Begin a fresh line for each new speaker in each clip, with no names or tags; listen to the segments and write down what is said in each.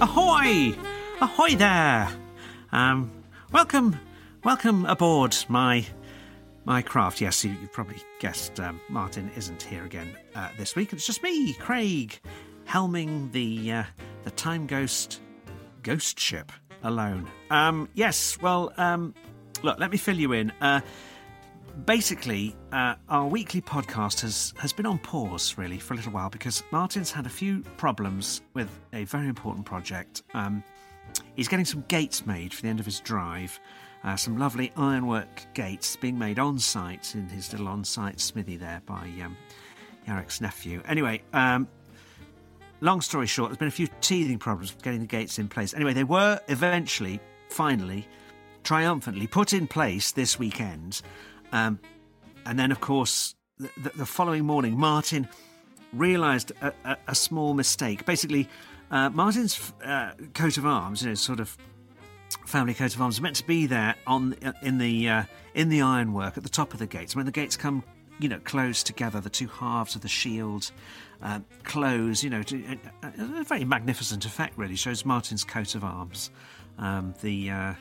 ahoy! Ahoy there! Um, welcome, welcome aboard my my craft. Yes, you, you probably guessed um, Martin isn't here again uh, this week. It's just me, Craig, helming the uh, the Time Ghost ghost ship alone. Um, yes, well, um, look, let me fill you in. Uh, basically, uh, our weekly podcast has, has been on pause really for a little while because Martin's had a few problems with a very important project. Um, he's getting some gates made for the end of his drive, uh, some lovely ironwork gates being made on site in his little on site smithy there by um, Yarek's nephew. Anyway, um, long story short, there's been a few teething problems with getting the gates in place. Anyway, they were eventually, finally, triumphantly put in place this weekend. Um, and then, of course, the, the, the following morning, Martin realised a, a, a small mistake. Basically, uh, Martin's uh, coat of arms, you know, sort of family coat of arms, is meant to be there on in the uh, in the ironwork at the top of the gates. When the gates come, you know, close together, the two halves of the shield uh, close. You know, to, a, a a very magnificent effect. Really shows Martin's coat of arms. Um, the uh,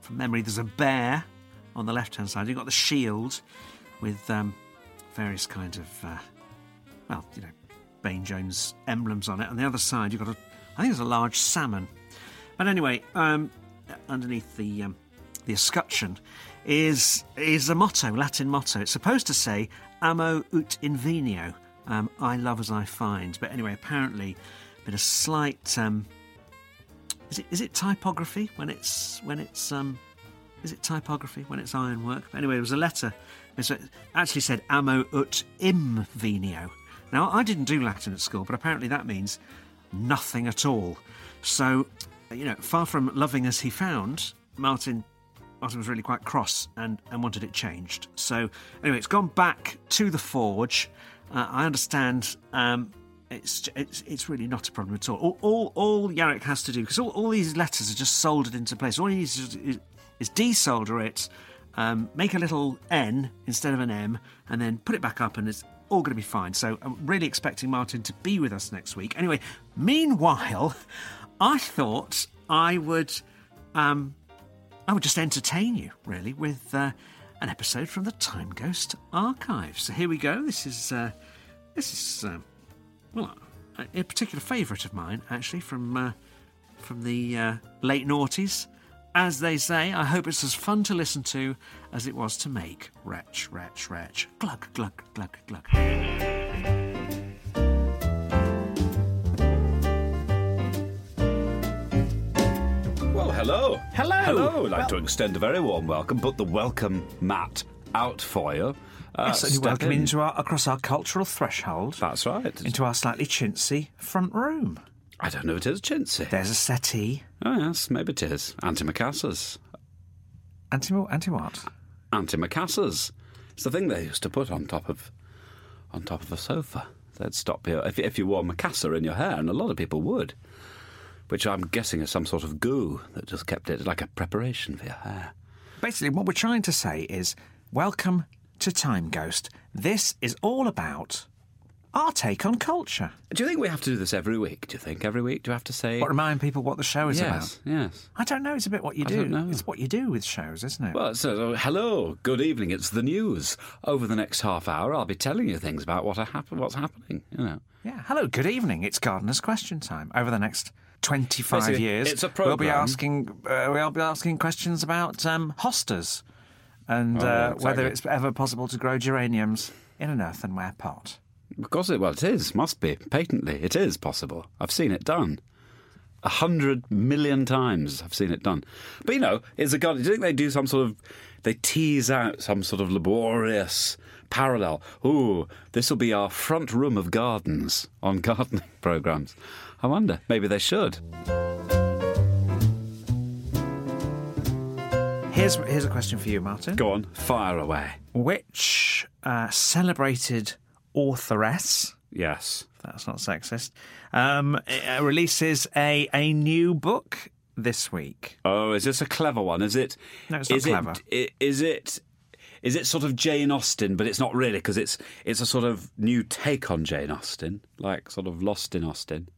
from memory, there's a bear on the left hand side. You've got the shield with um, various kinds of, uh, well, you know, Bain Jones emblems on it. On the other side, you've got a, I think it's a large salmon. But anyway, um, underneath the um, the escutcheon is is a motto, Latin motto. It's supposed to say "Amo ut invenio," um, I love as I find. But anyway, apparently, been a slight um, is it is it typography when it's when it's um is it typography when it's ironwork? But anyway, it was a letter. It's- It actually said "Amo ut im venio." Now I didn't do Latin at school, but apparently that means nothing at all. So, you know, far from loving as he found, Martin Martin was really quite cross and, and wanted it changed. So anyway, it's gone back to the forge. Uh, I understand. Um, it's, it's it's really not a problem at all. All all, all Yarrick has to do because all, all these letters are just soldered into place. All he needs to do is, is desolder it, um, make a little N instead of an M, and then put it back up, and it's all going to be fine. So I'm really expecting Martin to be with us next week. Anyway, meanwhile, I thought I would. Um, I would just entertain you, really, with uh, an episode from the Time Ghost archive. So here we go. This is uh, this is um well a, a particular favourite of mine, actually, from uh, from the uh, late noughties. As they say, I hope it's as fun to listen to as it was to make. Wretch, wretch, wretch. Glug, glug, glug, glug.
Well, hello.
Hello.
Hello. I'd like
Well-
to extend a very warm welcome, but the welcome mat out for you. Uh,
Yes, and you're
step
welcome
in.
into our across our cultural threshold,
That's right.
into our slightly chintzy front room.
I don't know, it is chintzy.
There's a settee.
Oh, yes, maybe it is. Antimacassars.
Anti anti what?
Antimacassars. It's the thing they used to put on top of on top of a sofa. They'd stop you if, if you wore macassar in your hair, and a lot of people would. Which I'm guessing is some sort of goo that just kept it like a preparation for your hair.
Basically, what we're trying to say is, welcome to Time Ghost. This is all about our take on culture.
Do you think we have to do this every week? Do you think every week? Do you have to say?
But remind people what the show is
yes, yes.
about. I don't know. It's a bit what you do.
don't know.
It's what you do with shows, isn't it?
Well, it says, oh, hello, good evening. It's the news. Over the next half hour, I'll be telling you things about what are hap- what's happening. You know,
yeah. Hello. Good evening. It's Gardener's Question Time. Over the next. 25
Basically,
years.
it's a
We'll be
programme.
asking. Uh, we'll be asking questions about um, hostas and uh,
Oh, yeah,
whether
exactly.
it's ever possible to grow geraniums in an earthenware pot.
of course it well, it is. Must be patently. It is possible. I've seen it done. A hundred million times I've seen it done. But you know, it's a god. Do you think they do some sort of? They tease out some sort of laborious parallel. Ooh, this will be our front room of gardens on gardening programs. I wonder. Maybe they should.
Here's here's a question for you, Martin.
Go on, fire away.
Which uh, celebrated authoress?
Yes.
That's not sexist. Um, uh, releases a a new book this week.
Oh, is this a clever one? Is it?
No, it's not
is
clever.
It, i- is it? Is it sort of Jane Austen, but it's not really because it's it's a sort of new take on Jane Austen, like sort of Lost in Austin.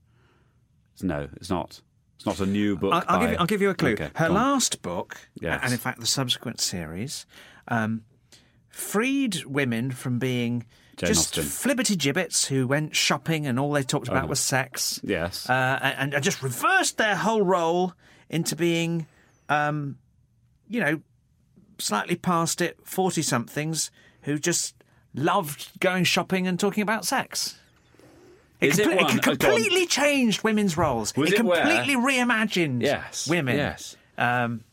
No, it's not. It's not a new book.
I'll, I'll, give,
by-
you, I'll give you a clue.
Okay,
Her
go on.
last book, uh,
Yes.
and in fact the subsequent series, um, freed women from being
Jane
just
Austen. Oh.
flibberty gibbets who went shopping and all they talked about was sex.
Yes.
Uh, and, and just reversed their whole role into being, um, you know, slightly past it, 40 somethings who just loved going shopping and talking about sex.
Is it
comple-
one?
it
Oh, go on.
completely changed women's roles.
Was
it
it where-
completely reimagined
Yes.
women.
Yes.
Um,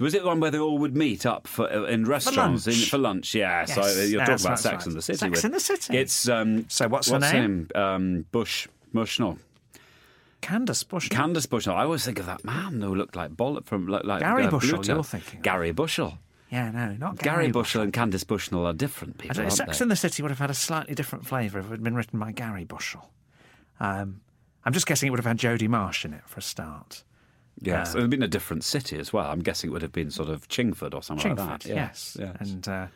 Was it the one where they all would meet up for uh, in restaurants
lunch.
in, for lunch? Yeah, so
Yes,
you're talking
that's
about
right,
Sex
right.
in the City.
Sex
with-
and the City.
It's um.
So what's her
her name? Um, Bush. Bushnell.
Candace Bushnell.
Candace Bushnell. I always think of that man who looked like Bollett from like, like
Gary
uh,
Bushell,
Pluto.
you're thinking of.
Gary Bushell.
yeah, no, not
Gary,
Gary,
Bushell and Candace Bushnell are different people.
I don't know,
aren't
Sex
they?
and the City would have had a slightly different flavour if it had been written by Gary Bushell. Um, I'm just guessing it would have had Jodie Marsh in it for a start.
Yes, it would have been a different city as well. I'm guessing it would have been sort of Chingford or something like
Chingford,
that.
yes. And, uh,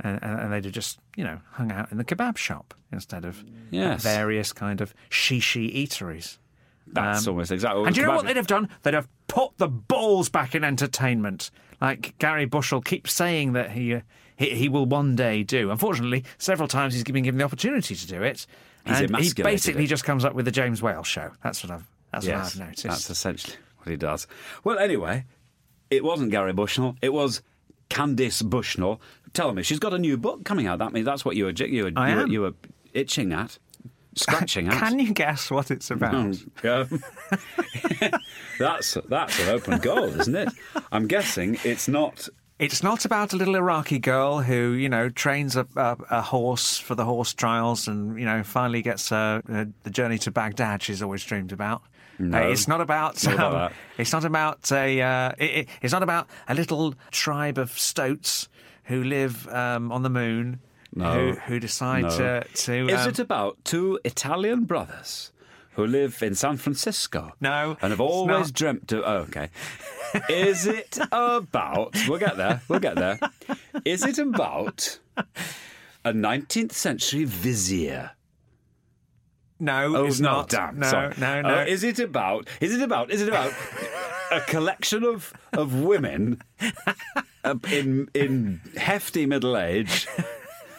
and and they'd have just you know hung out in the kebab shop instead of
Yes.
various kind of shishi eateries.
That's almost oh, exactly.
um, And do you know what they'd have done? They'd have put the balls back in entertainment, like Gary Bushell keeps saying that he uh, he, he will one day do. Unfortunately, several times he's been given the opportunity to do it, and
He's
he
emasculated
basically
it.
just comes up with the James Whale show. That's what I've that's
Yes,
what I've noticed.
that's essentially what he does. Well, anyway, it wasn't Gary Bushnell. It was Candice Bushnell. Tell me, she's got a new book coming out. That means that's what you were j- you were,
I
you were,
am.
you were itching at, scratching at.
Can you guess what it's about?
Yeah. that's that's an open goal, isn't it? I'm guessing it's not.
It's not about a little Iraqi girl who, you know, trains a, a, a horse for the horse trials and, you know, finally gets uh, uh, the journey to Baghdad she's always dreamed about. No, it's not about.
not about
um,
that.
It's not about a. Uh, it, it- it's not about a little tribe of stoats who live um, on the moon. Who, who decide
no.
to? to
Is
um,
it about two Italian brothers who live in San Francisco?
No,
and have
it's
always
not.
dreamt of. Oh, okay. Is it about? We'll get there. We'll get there. Is it about a 19th century vizier?
no,
Oh
it's
no,
not.
damn.
no,
sorry.
no, no.
Uh, is it about? Is it about? Is it about a collection of of women uh, in in hefty middle age,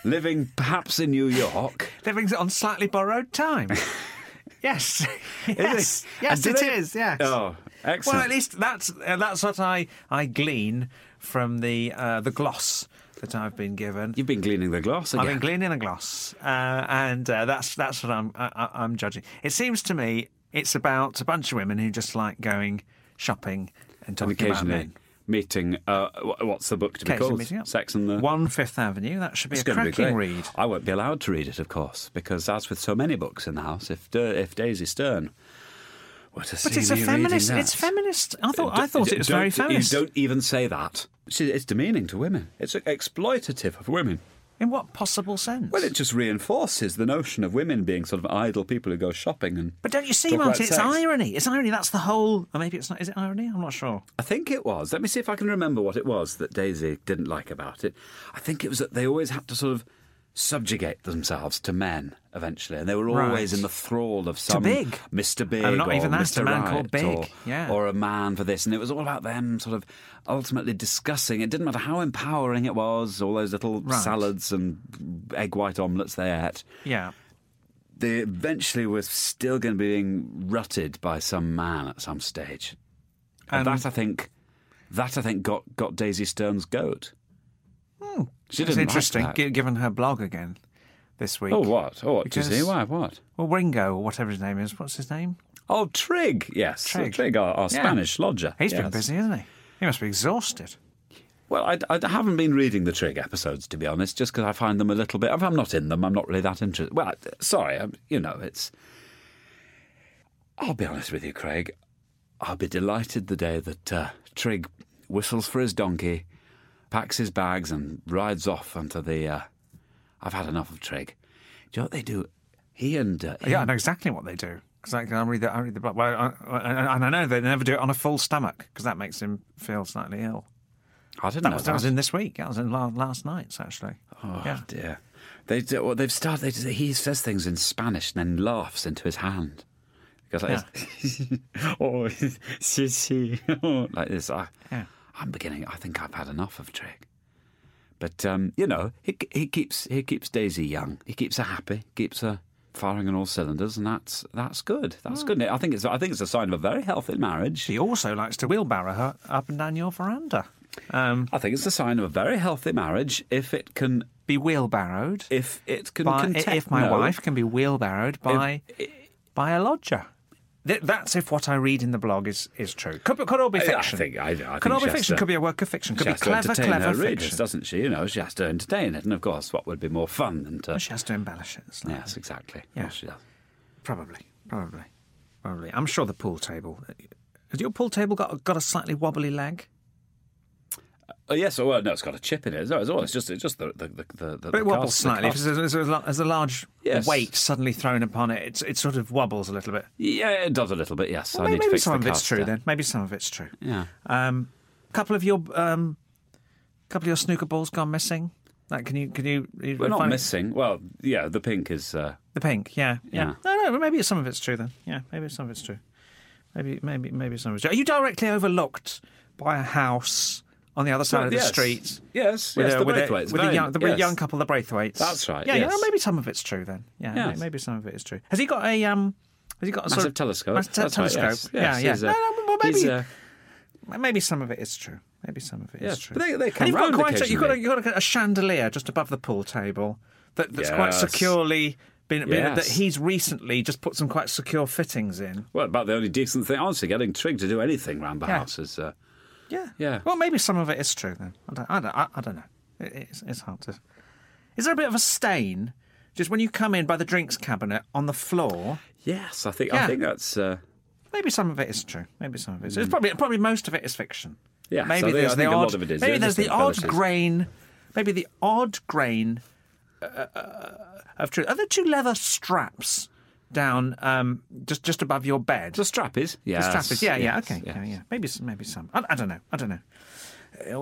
living perhaps in New York?
Living on slightly borrowed time. yes, yes,
it?
yes,
And
it
do
is.
they-
Yes.
Oh, excellent.
Well, at least that's uh, that's what I, I glean from the uh, the gloss that I've been given.
You've been cleaning the glass again.
I've been gleaning a gloss, uh, and uh, that's that's what I'm I, I- I'm judging. It seems to me it's about a bunch of women who just like going shopping and
and
talking about
occasionally
men.
meeting. Uh, wh- what's the book to be
Occasionally
called?
meeting up.
Sex and the.
One Fifth Avenue. That should be
It's
a
going to be
cracking
great.
read.
I won't be allowed to read it, of course, because as with so many books in the house, if Da- if Daisy Stern were to
But
see
it's a
me
feminist.
reading that-
It's feminist. I thought I
Don't-
thought it was
don't-
very feminist.
You don't even say that. See, it's demeaning to women. It's exploitative of women.
In what possible sense?
Well, it just reinforces the notion of women being sort of idle people who go shopping. And
but don't you see,
talk about
Martin? It's
sex.
irony. It's irony. That's the whole. Or maybe it's not. Is it irony? I'm not sure.
I think it was. Let me see if I can remember what it was that Daisy didn't like about it. I think it was that they always had to sort of subjugate themselves to men eventually, and they were
Right.
always in the thrall of some
Big.
Mr. Big,
Oh, not
or
even that,
Mr.
a man
Right,
called Big,
or,
yeah.
or a man for this, and it was all about them sort of ultimately discussing. It didn't matter how empowering it was, all those little
Right.
salads and egg white omelets they ate
Yeah.
they eventually were still going to be being rutted by some man at some stage. And
Um,
that I think, that I think got, got Daisy Stern's goat. She
It's
didn't
Hmm. interesting,
Like that.
gi- given her blog again this week.
Oh what? Oh what? Do you see
Because-
why? What?
Well, Ringo, or whatever his name is. What's his name?
Oh Trig, yes, Trig,
Trig.
our, our
Yeah.
Spanish lodger.
He's been
Yes.
busy, hasn't he? He must be exhausted.
Well, I, I haven't been reading the Trig episodes to be honest, just because I find them a little bit. If I'm not in them, I'm not really that interested. Well, I- sorry, I'm, you know, it's. I'll be honest with you, Craig. I'll be delighted the day that uh, Trig whistles for his donkey, packs his bags, and rides off onto the. Uh, I've had enough of Trig. Do you know what they do? He and uh, he
Yeah, I know exactly what they do. Exactly. I read the I read the blog. Well, I, I, and I know they never do it on a full stomach because that makes him feel slightly ill.
I didn't
That
know
was, that was in this week. That was in la- last night's actually.
Oh
yeah.
dear. They do, well, they've started. They, he says things in Spanish and then laughs into his hand. goes like this. oh, sissy. Oh, like this. I,
Yeah.
I'm beginning. I think I've had enough of Trick. But um, you know, he, he keeps he keeps Daisy young. He keeps her happy. Keeps her firing on all cylinders, and that's that's good.
Hmm.
That's good. I think it's I think it's a sign of a very healthy marriage.
She also likes to wheelbarrow her up and down your veranda. Um,
I think it's a sign of a very healthy marriage if it can
be wheelbarrowed.
if it can
by,
content-
if my
no.
wife can be wheelbarrowed by by a lodger. Th- That's if what I read in the blog is, is true. Could, be- could all be
I- I
fiction.
think- I- I think
could all
she
be
has
fiction.
to-
Could be a work of fiction. Could
she
be
has to
clever,
entertain
clever
her readers,
fiction.
doesn't she? You know, she has to entertain it, and of course, what would be more fun than to?
She has to embellish it. It's like-
Yes, exactly.
Yeah.
Well, she does.
Probably, probably, probably. I'm sure the pool table. uh, Has your pool table got got a slightly wobbly leg?
Oh yes, oh, well, no, it's got a chip in it. No, it's all. It's just, it's just the the the. the
But it
the
wobbles
cast-
slightly.
the cast.
If there's, there's a, lo- there's a large
Yes.
weight suddenly thrown upon it, it's, it sort of wobbles a little bit.
Yeah, it does a little bit. Yes, I
Well,
need to
maybe
fix
some
the
of it's
cast,
true
yeah.
then. Maybe some of it's true.
Yeah.
Um, couple of your um, couple of your snooker balls gone missing. Like, can you can you? you
We're not
find-
missing. Well, yeah, the pink is. Uh,
the pink. Yeah, yeah.
Yeah.
No, no. But maybe some of it's true then. Yeah, maybe some of it's true. Maybe maybe maybe some of it's true. Are you directly overlooked by a house on the other side of the
yes.
street?
Yes, yes,
a,
the
with, a,
Braithwaite's
with a
vein,
young, the
yes.
young couple, the Braithwaites.
That's right,
Yeah, yeah.
yes.
Maybe some of it's true then. Yeah,
Yes.
may- maybe some of it is true. Has he got a um? Has he got a sort
Massive
of
telescope.
Massive te-
That's right,
telescope.
yes, yes,
yeah,
he's
yeah.
a-
no, no, well, maybe
he's, uh,
Maybe some of it is true. Maybe some of it is
Yes,
true.
but they- they come
and you've got
round
quite a, you've got a,
occasionally.
you've got a chandelier just above the pool table that, that's quite
Yes.
securely been, been
Yes.
that he's recently just put some quite secure fittings in.
Well, about the only decent thing, honestly, getting Trig to do anything round the
Yeah.
house is. Uh,
Yeah.
Yeah.
Well, maybe some of it is true then. I don't. I don't, I, I don't know. It, it's, it's hard to. Is there a bit of a stain just when you come in by the drinks cabinet on the floor?
yes, I think
Yeah.
I think that's. Uh,
Maybe some of it is true. Maybe some of it is.
Mm.
It's probably probably most of it is fiction.
Yes, I
Maybe
think- I
there's the
think a lot
odd-
of it is.
Maybe
They're
there's the
different
odd
qualities.
grain. Maybe the odd grain uh, uh, of truth. Are there two leather straps down um, just just above your bed?
the strap is.
The
Yes.
strap is- yeah, yeah,
yes,
okay,
yes.
yeah, yeah. Maybe some, maybe some. I, I don't know. I don't know.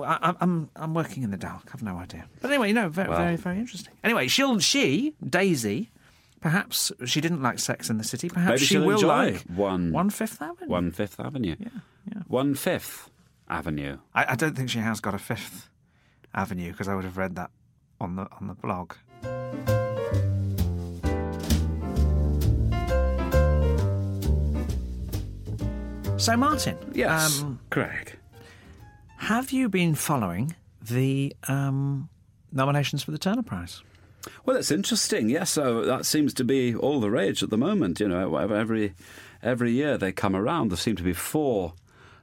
Uh, I, I'm- I'm I'm working in the dark. I've no idea. But anyway, you know, very very very interesting. Anyway, she'll she Daisy. Perhaps she didn't like Sex in the City. Perhaps
Maybe
she
she'll
will
enjoy
like
one-
One Fifth Avenue.
One Fifth Avenue. Yeah,
yeah.
One Fifth Avenue.
I, I don't think she has got a fifth avenue because I would have read that on the on the blog. So Martin,
Yes,
Um,
Craig.
have you been following the um, nominations for the Turner Prize?
Well, it's interesting. Yes, so that seems to be all the rage at the moment. You know, every every year they come around. There seem to be four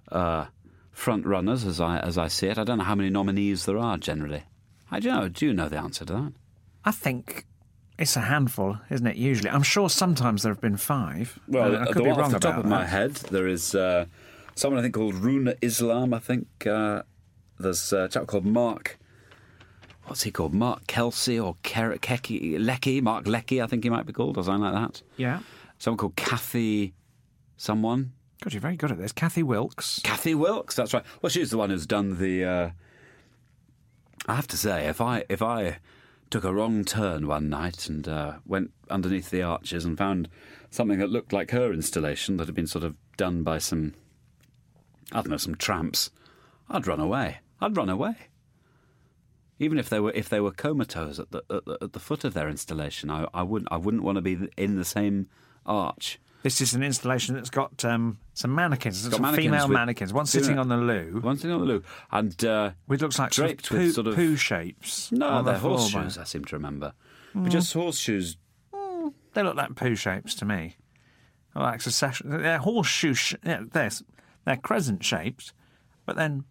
uh, front runners, as I as I see it. I don't know how many nominees there are generally. I do know. Do you know the answer to that?
I think it's a handful, isn't it? Usually, I'm sure sometimes there have been five.
Well,
I, I
at
could
the
be
one
wrong
off the top
about
of my
that.
head, there is uh, someone I think called Runa Islam. I think uh, there's a chap called Mark. What's he called? Mark Kelsey or Ker- Keki, Lecky? Mark Lecky, I think he might be called, or something like that.
Yeah,
Someone called Kathy. Someone.
God, you're very good at this. Kathy Wilkes.
Kathy Wilkes. That's right. Well, she's the one who's done the. Uh, I have to say, if I if I took a wrong turn one night and uh, went underneath the arches and found something that looked like her installation that had been sort of done by some, I don't know, some tramps, I'd run away. I'd run away. Even if they were if they were comatose at the at the, at the foot of their installation, I, I wouldn't I wouldn't want to be in the same arch.
This is an installation that's got um, some mannequins, some
mannequins
female
with-
mannequins. One sitting
female-
on the loo,
One thing on the loo, and uh,
which looks like sort of
draped
poo,
with sort of-
poo shapes.
No,
on the
they're
floor, Mm. but
horseshoes, I seem to remember. But just horseshoes.
They look like poo shapes to me. Or Like succession. They're horseshoe. Sh- yeah, they're, s- they're crescent shaped, but then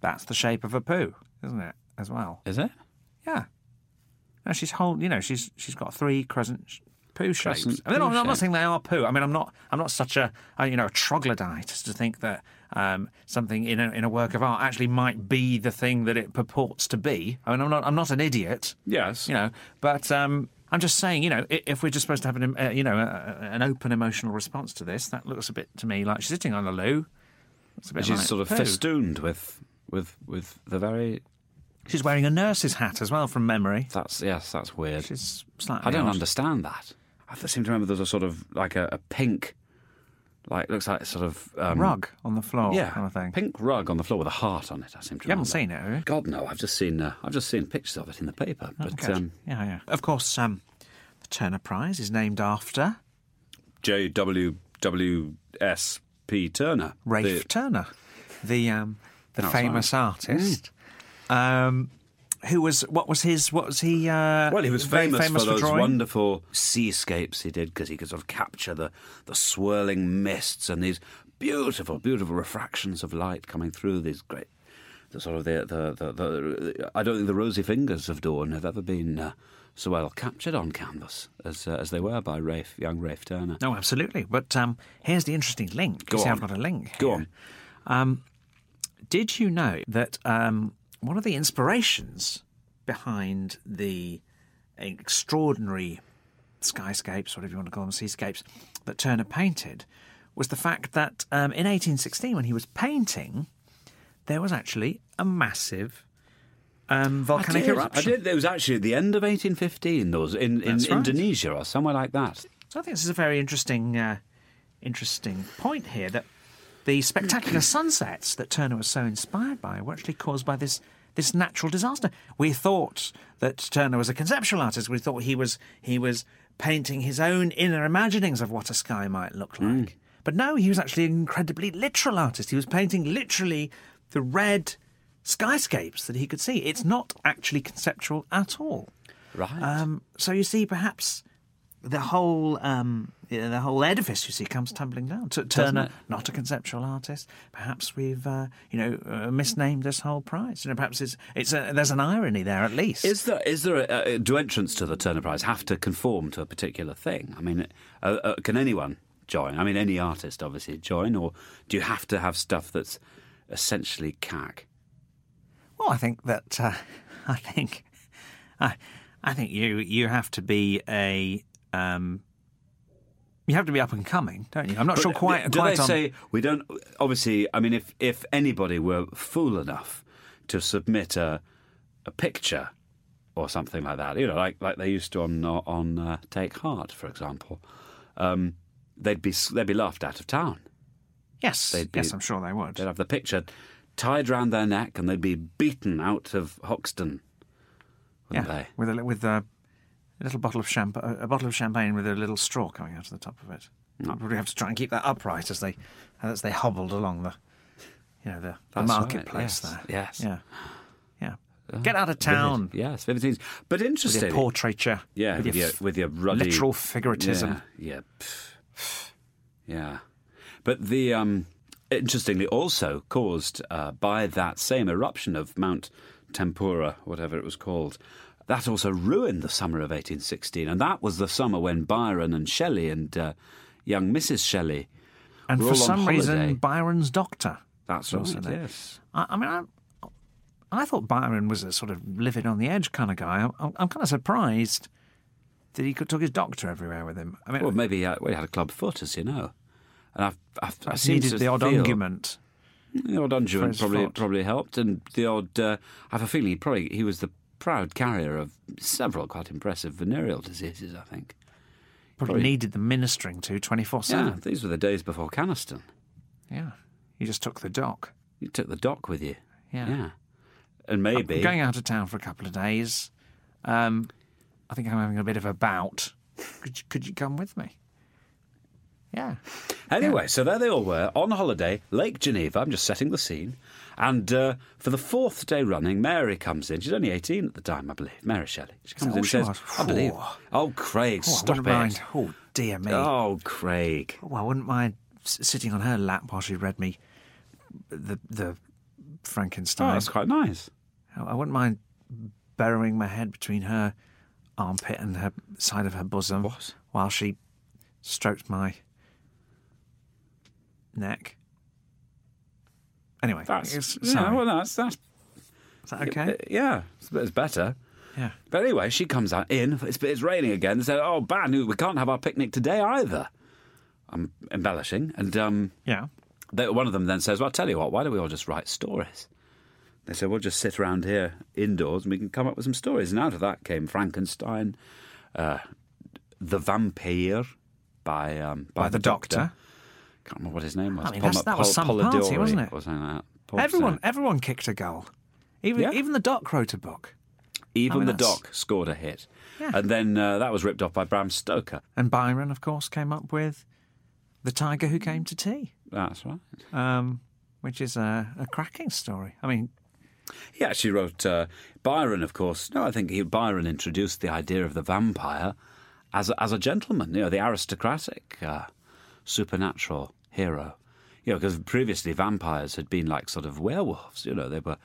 that's the shape of a poo, isn't it? As well.
Is it?
Yeah. No, she's whole. You know, she's she's got three crescent sh- poo shapes.
Crescent
I mean,
poo
I'm, not- I'm not
shape.
saying they are poo. I mean, I'm not I'm not such a, a you know a troglodyte as to think that um, something in a in a work of art actually might be the thing that it purports to be. I mean, I'm not I'm not an idiot.
Yes.
You know, but um, I'm just saying. You know, i- if we're just supposed to have an em- uh, you know a, a- an open emotional response to this, that looks a bit to me like she's sitting on a loo. Looks a bit
She's
like
sort of
poo.
festooned with, with, with the very.
She's wearing a nurse's hat as well, from memory.
That's yes, that's weird.
She's slightly.
I don't
odd.
understand that. I seem to remember there's a sort of like a, a pink, like looks like a sort of um,
Rug on the floor,
yeah,
kind of thing.
pink rug on the floor with a heart on it. I seem to.
You haven't seen
remember.
it, have you?
God no, I've just seen uh, I've just seen pictures of it in the paper. But
Okay.
um,
yeah, yeah. Of course, um, the Turner Prize is named after
J W W S P Turner,
Rafe
the-
Turner, the um, the
That's
famous artist, um, who was what was his what was he? Uh,
Well, he was
very
famous, for those
drawing?
wonderful seascapes he did because he could sort of capture the, the swirling mists and these beautiful, beautiful refractions of light coming through these great. The sort of the, the, the, the I don't think the rosy fingers of dawn have ever been uh, so well captured on canvas as uh, as they were by Rafe, young Rafe Turner.
No, absolutely. But um, here's the interesting link.
Go
You see,
on.
I've got a link.
Go
here. Um,
on.
Did you know that um, one of the inspirations behind the extraordinary skyscapes, whatever you want to call them, seascapes, that Turner painted was the fact that um, in 1816, when he was painting, there was actually a massive um, volcanic
I did,
eruption.
I did. It was actually at the end of 1815. There was in, in
That's right.
Indonesia or somewhere like that.
So I think this is a very interesting, uh, interesting point here that the spectacular sunsets that Turner was so inspired by were actually caused by this this natural disaster. We thought that Turner was a conceptual artist. We thought he was he was painting his own inner imaginings of what a sky might look like. But no, he was actually an incredibly literal artist. He was painting literally the red skyscapes that he could see. It's not actually conceptual at all.
Right.
Um, so you see, perhaps the whole um, yeah, the whole edifice you see comes tumbling down. T- Turner,
it?
not a conceptual artist. Perhaps we've uh, you know uh, misnamed this whole prize. You know, perhaps it's it's a, there's an irony there at least.
Is there is there a, a, do entrants to the Turner Prize have to conform to a particular thing? I mean, uh, uh, can anyone join? I mean, any artist obviously join, or do you have to have stuff that's essentially cack?
well, I think that uh, I think I, I think you you have to be a um, you have to be up and coming, don't you? I'm not sure
But
quite
Do
quite
they
on
say we don't? Obviously, I mean, if if anybody were fool enough to submit a a picture or something like that, you know, like like they used to on on uh, Take Heart, for example, um, they'd be they'd be laughed out of town.
yes,
they'd be-
yes, I'm sure they would.
They'd have the picture tied round their neck and they'd be beaten out of Hoxton, wouldn't they?
with a li- with a little bottle of champagne, a bottle of champagne with a little straw coming out of the top of it.
Hmm.
I'd probably have to try and keep that upright as they as they hobbled along the, you know, the, the
That's right,
marketplace
yes,
there.
yes. Uh,
Yeah. Yeah. Get out of town.
Yes, vivid scenes. But
With
interesting.
your portraiture.
yeah,
With your, f-
with your ruddy
literal
yeah,
figuratism.
yeah, pff, yeah. But the um, interestingly also caused uh, by that same eruption of Mount Tempura, whatever it was called. That also ruined the summer of 1816, and that was the summer when Byron and Shelley and uh, young Mrs. Shelley
And
We're
for
all on
some
holiday.
reason, Byron's doctor.
That's
was
right,
in it.
yes.
I, I mean, I, I thought Byron was a sort of living on the edge kind of guy. I'm, I'm, I'm kind of surprised that he could took his doctor everywhere with him. I mean,
Well, maybe uh, we had a club foot, as you know. And I've, I've, I
Perhaps
seem
needed
to
the odd
feel-
argument.
The odd
for
unguent
his
probably
foot.
probably helped, and the odd. Uh, I have a feeling he probably he was the proud carrier of several quite impressive venereal diseases. I think.
Probably,
Probably.
needed the ministering to 24
Yeah,
7.
these were the days before Caniston.
Yeah. You just took the dock.
You took the dock with you.
Yeah.
And maybe
I'm going out of town for a couple of days. Um, I think I'm having a bit of a bout. Could you, could you come with me? Yeah. Oh,
Anyway, so there they all were on holiday, Lake Geneva. I'm just setting the scene. And uh, for the fourth day running, Mary comes in. She's only 18 at the time, I believe. Mary Shelley. She
that
comes in
all
and
she
says,
was?
I believe.
Phew.
Oh, Craig,
Oh, I
stop it.
wouldn't mind. Oh, dear me.
Oh, Craig.
Oh, I wouldn't mind s- sitting on her lap while she read me the, the
Oh,
Frankenstein.
that's quite nice.
I I wouldn't mind burrowing my head between her armpit and her side of her bosom
What?
while she stroked my neck. Anyway,
That's
it's-
yeah,
sorry.
well, that's that's uh,
is that okay?
yeah, it's, it's better.
yeah.
But anyway, she comes out in. It's, it's raining again. They said, "Oh, bad news. We can't have our picnic today either." I'm embellishing, and um,
Yeah.
they, one of them then says, "Well, I'll tell you what. Why don't we all just write stories?" They said, "We'll just sit around here indoors, and we can come up with some stories." And out of that came Frankenstein, uh, The Vampire by um, by,
by the doctor.
Can't remember what his name was.
I mean, that's- that was some party, wasn't it?
Or something like that. Paul-
Everyone, everyone kicked a goal. Even
Yeah.
even the doc wrote a book,
even
I mean,
the
that's-
doc scored a hit, and then uh, that was ripped off by Bram Stoker.
and Byron, of course, came up with the tiger who came to tea,
That's right.
um, which is a, a cracking story. I mean,
He actually wrote uh, Byron, of course. No, I think he, Byron introduced the idea of the vampire as a, as a gentleman, you know, the aristocratic, uh, supernatural hero. You know, because previously vampires had been like sort of werewolves. You know, they were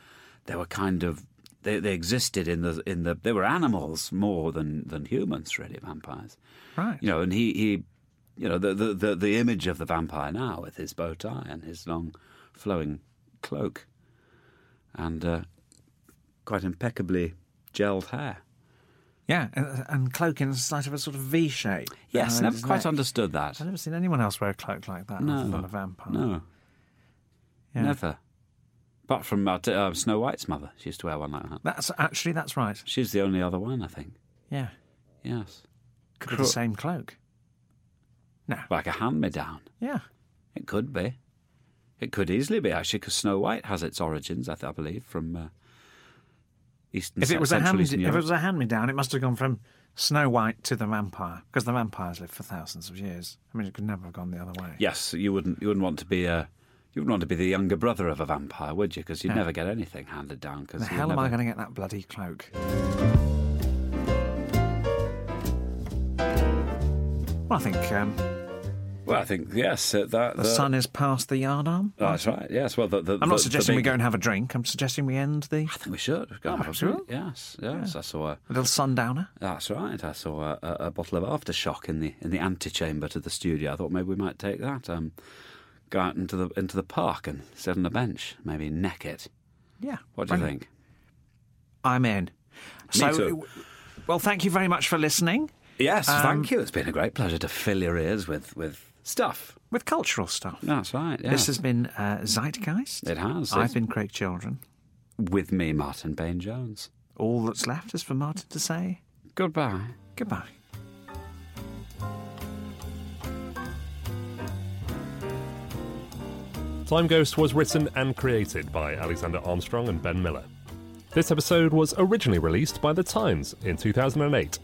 they were kind of they, they existed in the in the they were animals more than than humans, really. Vampires,
right?
you know, and he he, you know, the the the, the image of the vampire now with his bow tie and his long flowing cloak and uh, quite impeccably gelled hair.
Yeah, and, and cloak inside of a sort of V shape.
Yes,
Uh,
never
isn't
quite
it?
understood that.
I've never seen anyone else wear a cloak like that
No.
other than a vampire.
No,
Yeah.
never. Apart from uh, t- uh, Snow White's mother, she used to wear one like that.
That's actually that's right.
She's the only other one, I think.
Yeah,
Yes,
could be
Cro-
the same cloak. No.
like a hand-me-down.
Yeah.
It could be. It could easily be actually, because Snow White has its origins, I, th- I believe, from uh, Eastern
If it was a
Central
hand, if
Eastern
it
Europe.
was a hand me down, it must have gone from Snow White to the vampire because the vampires lived for thousands of years. I mean, it could never have gone the other way.
Yes, you wouldn't. You wouldn't want to be a. You wouldn't want to be the younger brother of a vampire, would you? Because you'd
No.
never get anything handed down. Because
The hell am I going to get that bloody cloak? Well, I think um, the
Well, I think yes. uh, that the,
sun is past the yardarm.
That's right. Yes. Well, the, the,
I'm
the-
not
the
suggesting we
big-
go and have a drink. I'm suggesting we end the
I think we should. We've
Oh,
got to have a
absolutely.
drink. Yes. Yes. I saw. A,
little sundowner.
that's right. I saw a, a, a bottle of aftershock in the in the antechamber to the studio. I thought maybe we might take that. Um, go out into the into the park and sit on a bench. Maybe neck it.
Yeah.
What do you
Brilliant.
think?
I'm in. so,
too.
well, thank you very much for listening
Yes.
Um,
thank you. It's been a great pleasure to fill your ears with with stuff.
with cultural stuff.
That's right. Yeah.
This has been uh, Zeitgeist.
It has.
I've
It's-
been Craig Children.
with me, Martin Bain Jones.
All that's left is for Martin to say
Goodbye.
goodbye.
Time Ghost was written and created by Alexander Armstrong and Ben Miller. This episode was originally released by The Times in 2008,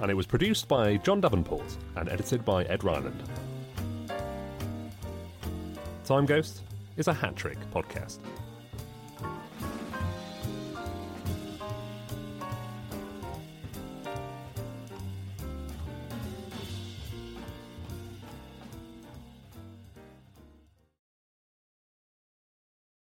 and it was produced by John Davenport and edited by Ed Ryland. Time Ghost is a hat trick podcast.